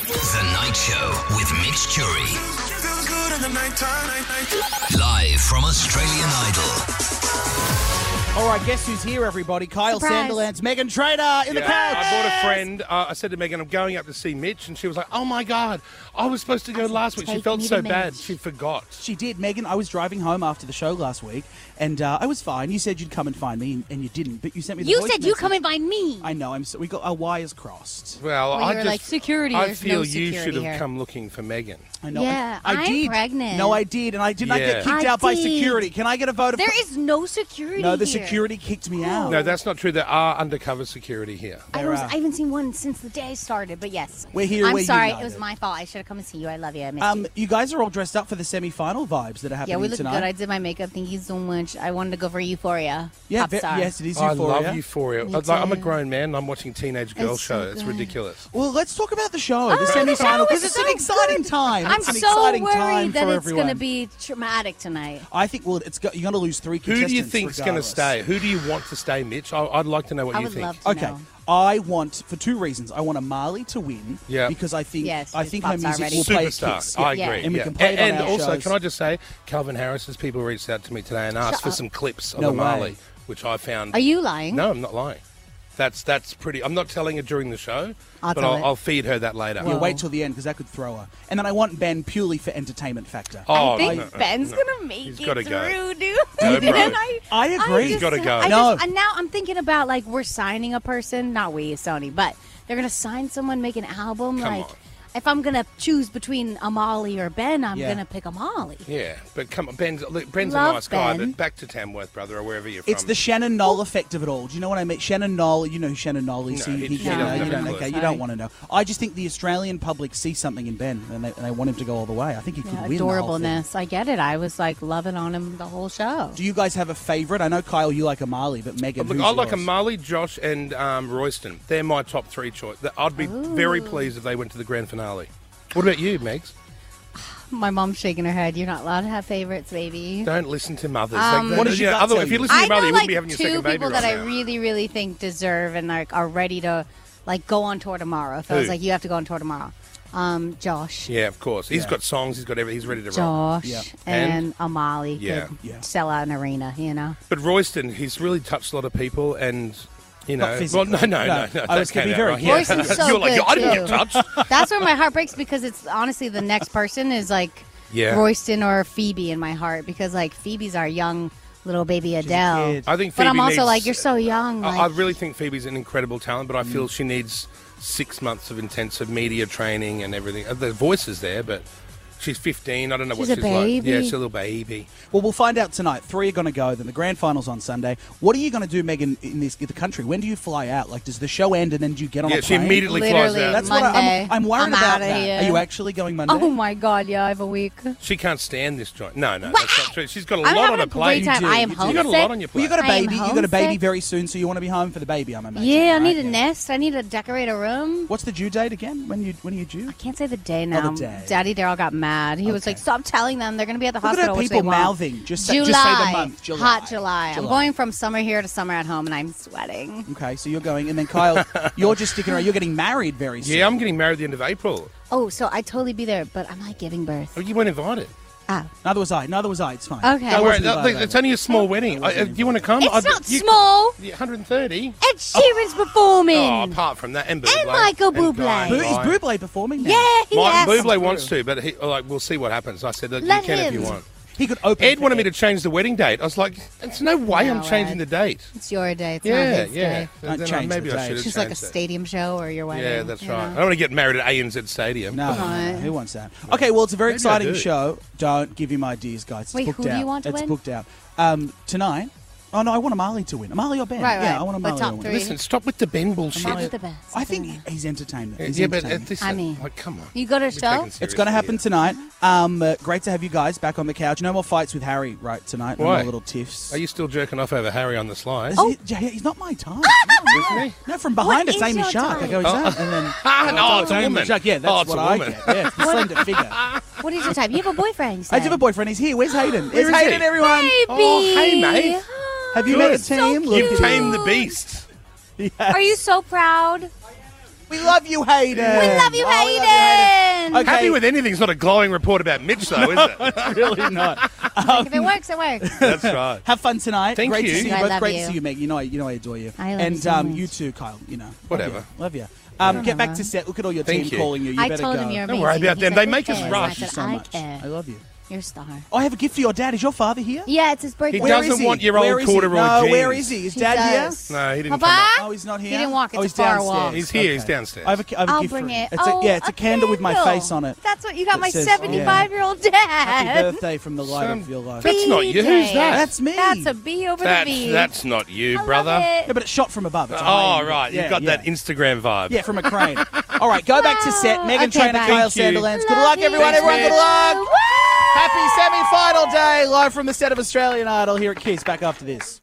Night Show with Mitch Jury. Feels good in the nighttime, night, night. Live from Australian Idol. All right, guess who's here, everybody? Kyle Surprise. Sandilands, Megan Trainer in the crowd. I bought a friend. Uh, I said to Megan, I'm going up to see Mitch. And she was like, oh my God, I was supposed to go last week. She take felt me to so bad. Mitch. She forgot. She did, Megan. I was driving home after the show last week, and uh, I was fine. You said you'd come and find me, and, and you didn't. But you sent me. The You voice said you message. come and find me. I know. I'm. So, we got our wires crossed. Well, Well, I you're just, like, security, I there's feel no you should security have here. come looking for Megan. I know. Yeah, I, I I'm did. pregnant. No, I did, and I did not get Yeah. kicked I out by did. security. Can I get a vote of? there is no security. no, the here. Oh. security kicked me out. No, that's not true. There are undercover security here. I, There was, are. I haven't seen one since the day started, but yes. We're here, I'm we're sorry, it united. was my fault. I should have come and see you. I love you. I miss Um, you. you guys are all dressed up for the semi-final vibes that are happening Yeah, we look tonight. good. I did my makeup. Thank you so much. I wanted to go for Euphoria. yeah, Pop ve- star. yes, it is I euphoria. love Euphoria. Me It's like, I'm a too. grown man and I'm watching Teenage Girl It's Show. so it's good. ridiculous. Well, let's talk about the show, Oh, the the semi-final, show because is it's an so exciting good. time. I'm it's an so exciting time worried that for it's going everyone. to be traumatic tonight. I think well, it's got, you're going to lose three Who contestants. do you think's going to regardless. stay? Who do you want to stay, Mitch? I, I'd like to know what I you would think. love to Okay, know. I want for two reasons. I want Amali to win. Yeah. Because I think Yes, I it's think her Popstar music ready. will play Superstar. Kiss. I Yeah. agree. And we yeah. can play it on and our also, shows. uh, can I just say, Calvin Harris's people reached out to me today and asked Shut for up. some clips of No Amali, way. which I found. Are you lying? No, I'm not lying. That's that's pretty. I'm not telling her during the show, I'll but tell I'll, her. I'll feed her that later. Yeah, Whoa. wait till the end because that could throw her. And then I want Ben purely for entertainment factor. Oh, I think no, no, Ben's no. gonna make He's it gotta through, go. dude. No, bro. And I, I agree. He's just- gotta go. I No. just, and now I'm thinking about like we're signing a person, not we, Sony, but they're gonna sign someone, make an album. Come like, on. if I'm gonna choose between Amali or Ben, I'm Yeah. gonna pick Amali. Yeah, but come on, Ben's, look, Ben's a Love nice guy. Ben. But back to Tamworth, brother, or wherever you're It's from. the Shannon Knoll effect of it all. Do you know what I mean? Shannon Knoll, you know who Shannon Knoll is. No, you, he- you he don't, doesn't know, you have a don't, clue. okay, you don't want to know. I just think the Australian public sees something in Ben and they, and they want him to go all the way. I think he could Yeah, win. the whole thing. adorableness. I get it. I was like loving on him the whole show. Do you guys have a favourite? I know Kyle, you like Amali, but Megan. Look, who's I like yours? Amali, Josh, and um, Royston. They're my top three choice. Th- I'd be very pleased if they went to the grand finale. What about you, Megs? My mom's shaking her head. You're not allowed to have favorites, baby. Don't listen to mothers. They- What does you your know, gut other- tell if you you? listen to Um, I your mother, know you like wouldn't be having your two second people baby right that now. I really, really think deserve and like are ready to like go on tour tomorrow. If I was Who? like, you have to go on tour tomorrow. Um, Josh. Yeah, of course. He's Yeah. got songs. He's got everything. He's ready to roll. Josh Yeah. and, Amali Yeah. could Yeah. sell out an arena, you know? But Royston, he's really touched a lot of people, and you Not know, well, physically. no, no, no. No. no, that I was gonna came be out very wrong. careful. Royston's so You're like, good, I didn't too. get touched. That's where my heart breaks because it's honestly the next person is like Yeah. Royston or Phoebe in my heart because like Phoebe's our young little baby Adele. kid. I think, but Phoebe I'm also needs- like, you're so young. I, Like, I really think Phoebe's an incredible talent, but I feel she needs six months of intensive media training and everything. Uh, The voice is there, but she's 15. I don't know She's what a she's like. Yeah, baby. she's a little baby. Well, we'll find out tonight. Three are going to go. Then the grand finals on Sunday. What are you going to do, Megan, in this in the country? When do you fly out? Like, does the show end and then do you get on Yeah, a she plane? immediately flies Literally. out. That's what I, Monday. I'm, I'm worried I'm about. outta That. here. Are you actually going Monday? oh my God, yeah, I have a week. she can't stand this joint. No, no, that's not true. She's got a I'm lot having on her a plate. great time. You do, I am you do. You homesick. got a lot on your Well, plate. you got a I am baby. You got a baby homesick. very soon, so you want to be home for the baby. I'm imagining. yeah, I right? need a Yeah. nest. I need to decorate a room. What's the due date again? When you when are you due? I can't say the day now. Oh, day. Daddy Daryl got mad. He was Okay. like, "Stop telling them they're going to be at the Look at hospital." her which people they won't." mouthing. Just say- July, just say the month. July. hot July. I'm July. going from summer here to summer at home, and I'm sweating. Okay, so you're going, and then Kyle, you're just sticking around. You're getting married very soon. Yeah, I'm getting married at the end of April. Oh, so I totally be there, but I'm like giving birth. Oh, You weren't invited. Ah, Neither was I. Neither was I. It's fine. Okay. I Don't worry, wasn't look, invited it's either. only a small wedding. I, uh, do you want to Um, come? it's I'd- not you- small. Yeah, 130. Ed Sheeran's performing. Oh, apart from that, and, Buble, Michael and Buble. Guy Bu- is Ryan. Buble performing now? yeah, he Martin asked. Buble wants to, but he, like we'll see what happens. I said, Look, Let you can if you him. want. He could open. Ed for wanted me to change the wedding date. I was like, "It's no way I'm No, changing Ed. the date." It's your day. It's yeah, not his yeah. day. Don't Then I- change maybe the I date. should have It's just like a changed it. stadium show or your wedding. Yeah, that's you right. I know? Uh-huh. don't want to get married at ANZ Stadium. No, Come on. who wants that? Okay, well, it's a very Maybe I exciting do. show. Don't give him ideas, guys. It's Wait, booked who do out. you want to it's win? booked out. Um, tonight. Oh no, I want Amali to win. Amali or Ben? Right, Yeah, right. I want But Amali top to win. three. Listen, stop with the Ben bullshit. Amali's the best. I think Yeah. he's entertainment. He's yeah, but uh, entertainment. this, I mean, like, come on. you go to We're show? taken It's It's going to seriously happen here. tonight. Um, uh, great to have you guys back on the couch. No more fights with Harry right tonight. No Why? more little tiffs. Are you still jerking off over Harry on the slide? Is he- yeah, he's not my type. No, no. Isn't he? No, from behind What it's Oh. is Amy your Shark. I type? go, is that? And then Ah, no, Oh. it's, Oh, a Amy woman. Shark. Yeah, that's oh, it's what a I woman. get. Yeah, it's the slender figure. What is your type? You have a boyfriend. You I do have a said. boyfriend. He's here. Where's Hayden? Where's is Hayden, he? everyone? Baby. Oh, hey, mate. Have you met a Good. So team? You've Look at tamed you. the beast. Are you so proud? We love you, Hayden. We love you, Oh, we love you, Hayden. mean, Okay. Happy with anything's not a glowing report about Mitch, though, is it? really not. like, if it works, it works. That's right. Have fun tonight. Thank Great you. to see you I both. love Great to you. see you, Meg. You know, I, you know, I adore you. I love you and so um, much. you too, Kyle. You know, Love Whatever. you. Love you. Um, get back know. to set. Look at all your Thank team you. calling you. You I better told go. him you're Don't amazing. worry about He them. said, They "Who make us I cares?" rush. love I you said, so I much. I care. love you. You're a star. Oh, I have a gift for your dad. Is your father here? Yeah, it's his birthday. He doesn't want your old Where is he? corduroy No, jeans. where is he? Is He dad does. here? No, he didn't Papa? Oh, he's not here. He didn't walk. It's oh, a he's far downstairs. walk. He's here. He's downstairs. I have a, I have a I'll gift for bring him. it. It's oh, a, yeah, it's a, candle with my face on it. That's what you got, It my says- seventy-five-year-old Happy dad. birthday from the light Some- of your life. That's not you. BJ. Who's that? That's me. That's a B over That's, the V. that's not you, I love brother. it. Yeah, but it's shot from above. It's a Oh, high-end- right. yeah, You've got yeah. that Instagram vibe. Yeah, from a crane. All right, go back to set. Wow. Megan Okay, Trainer, bye. Kyle Thank you. Sanderlands. Good Love luck, you. everyone. Thanks, Everyone, good Mitch. luck. Woo! Happy semi-final day, live from the set of Australian Idol here at Kiss. Back after this.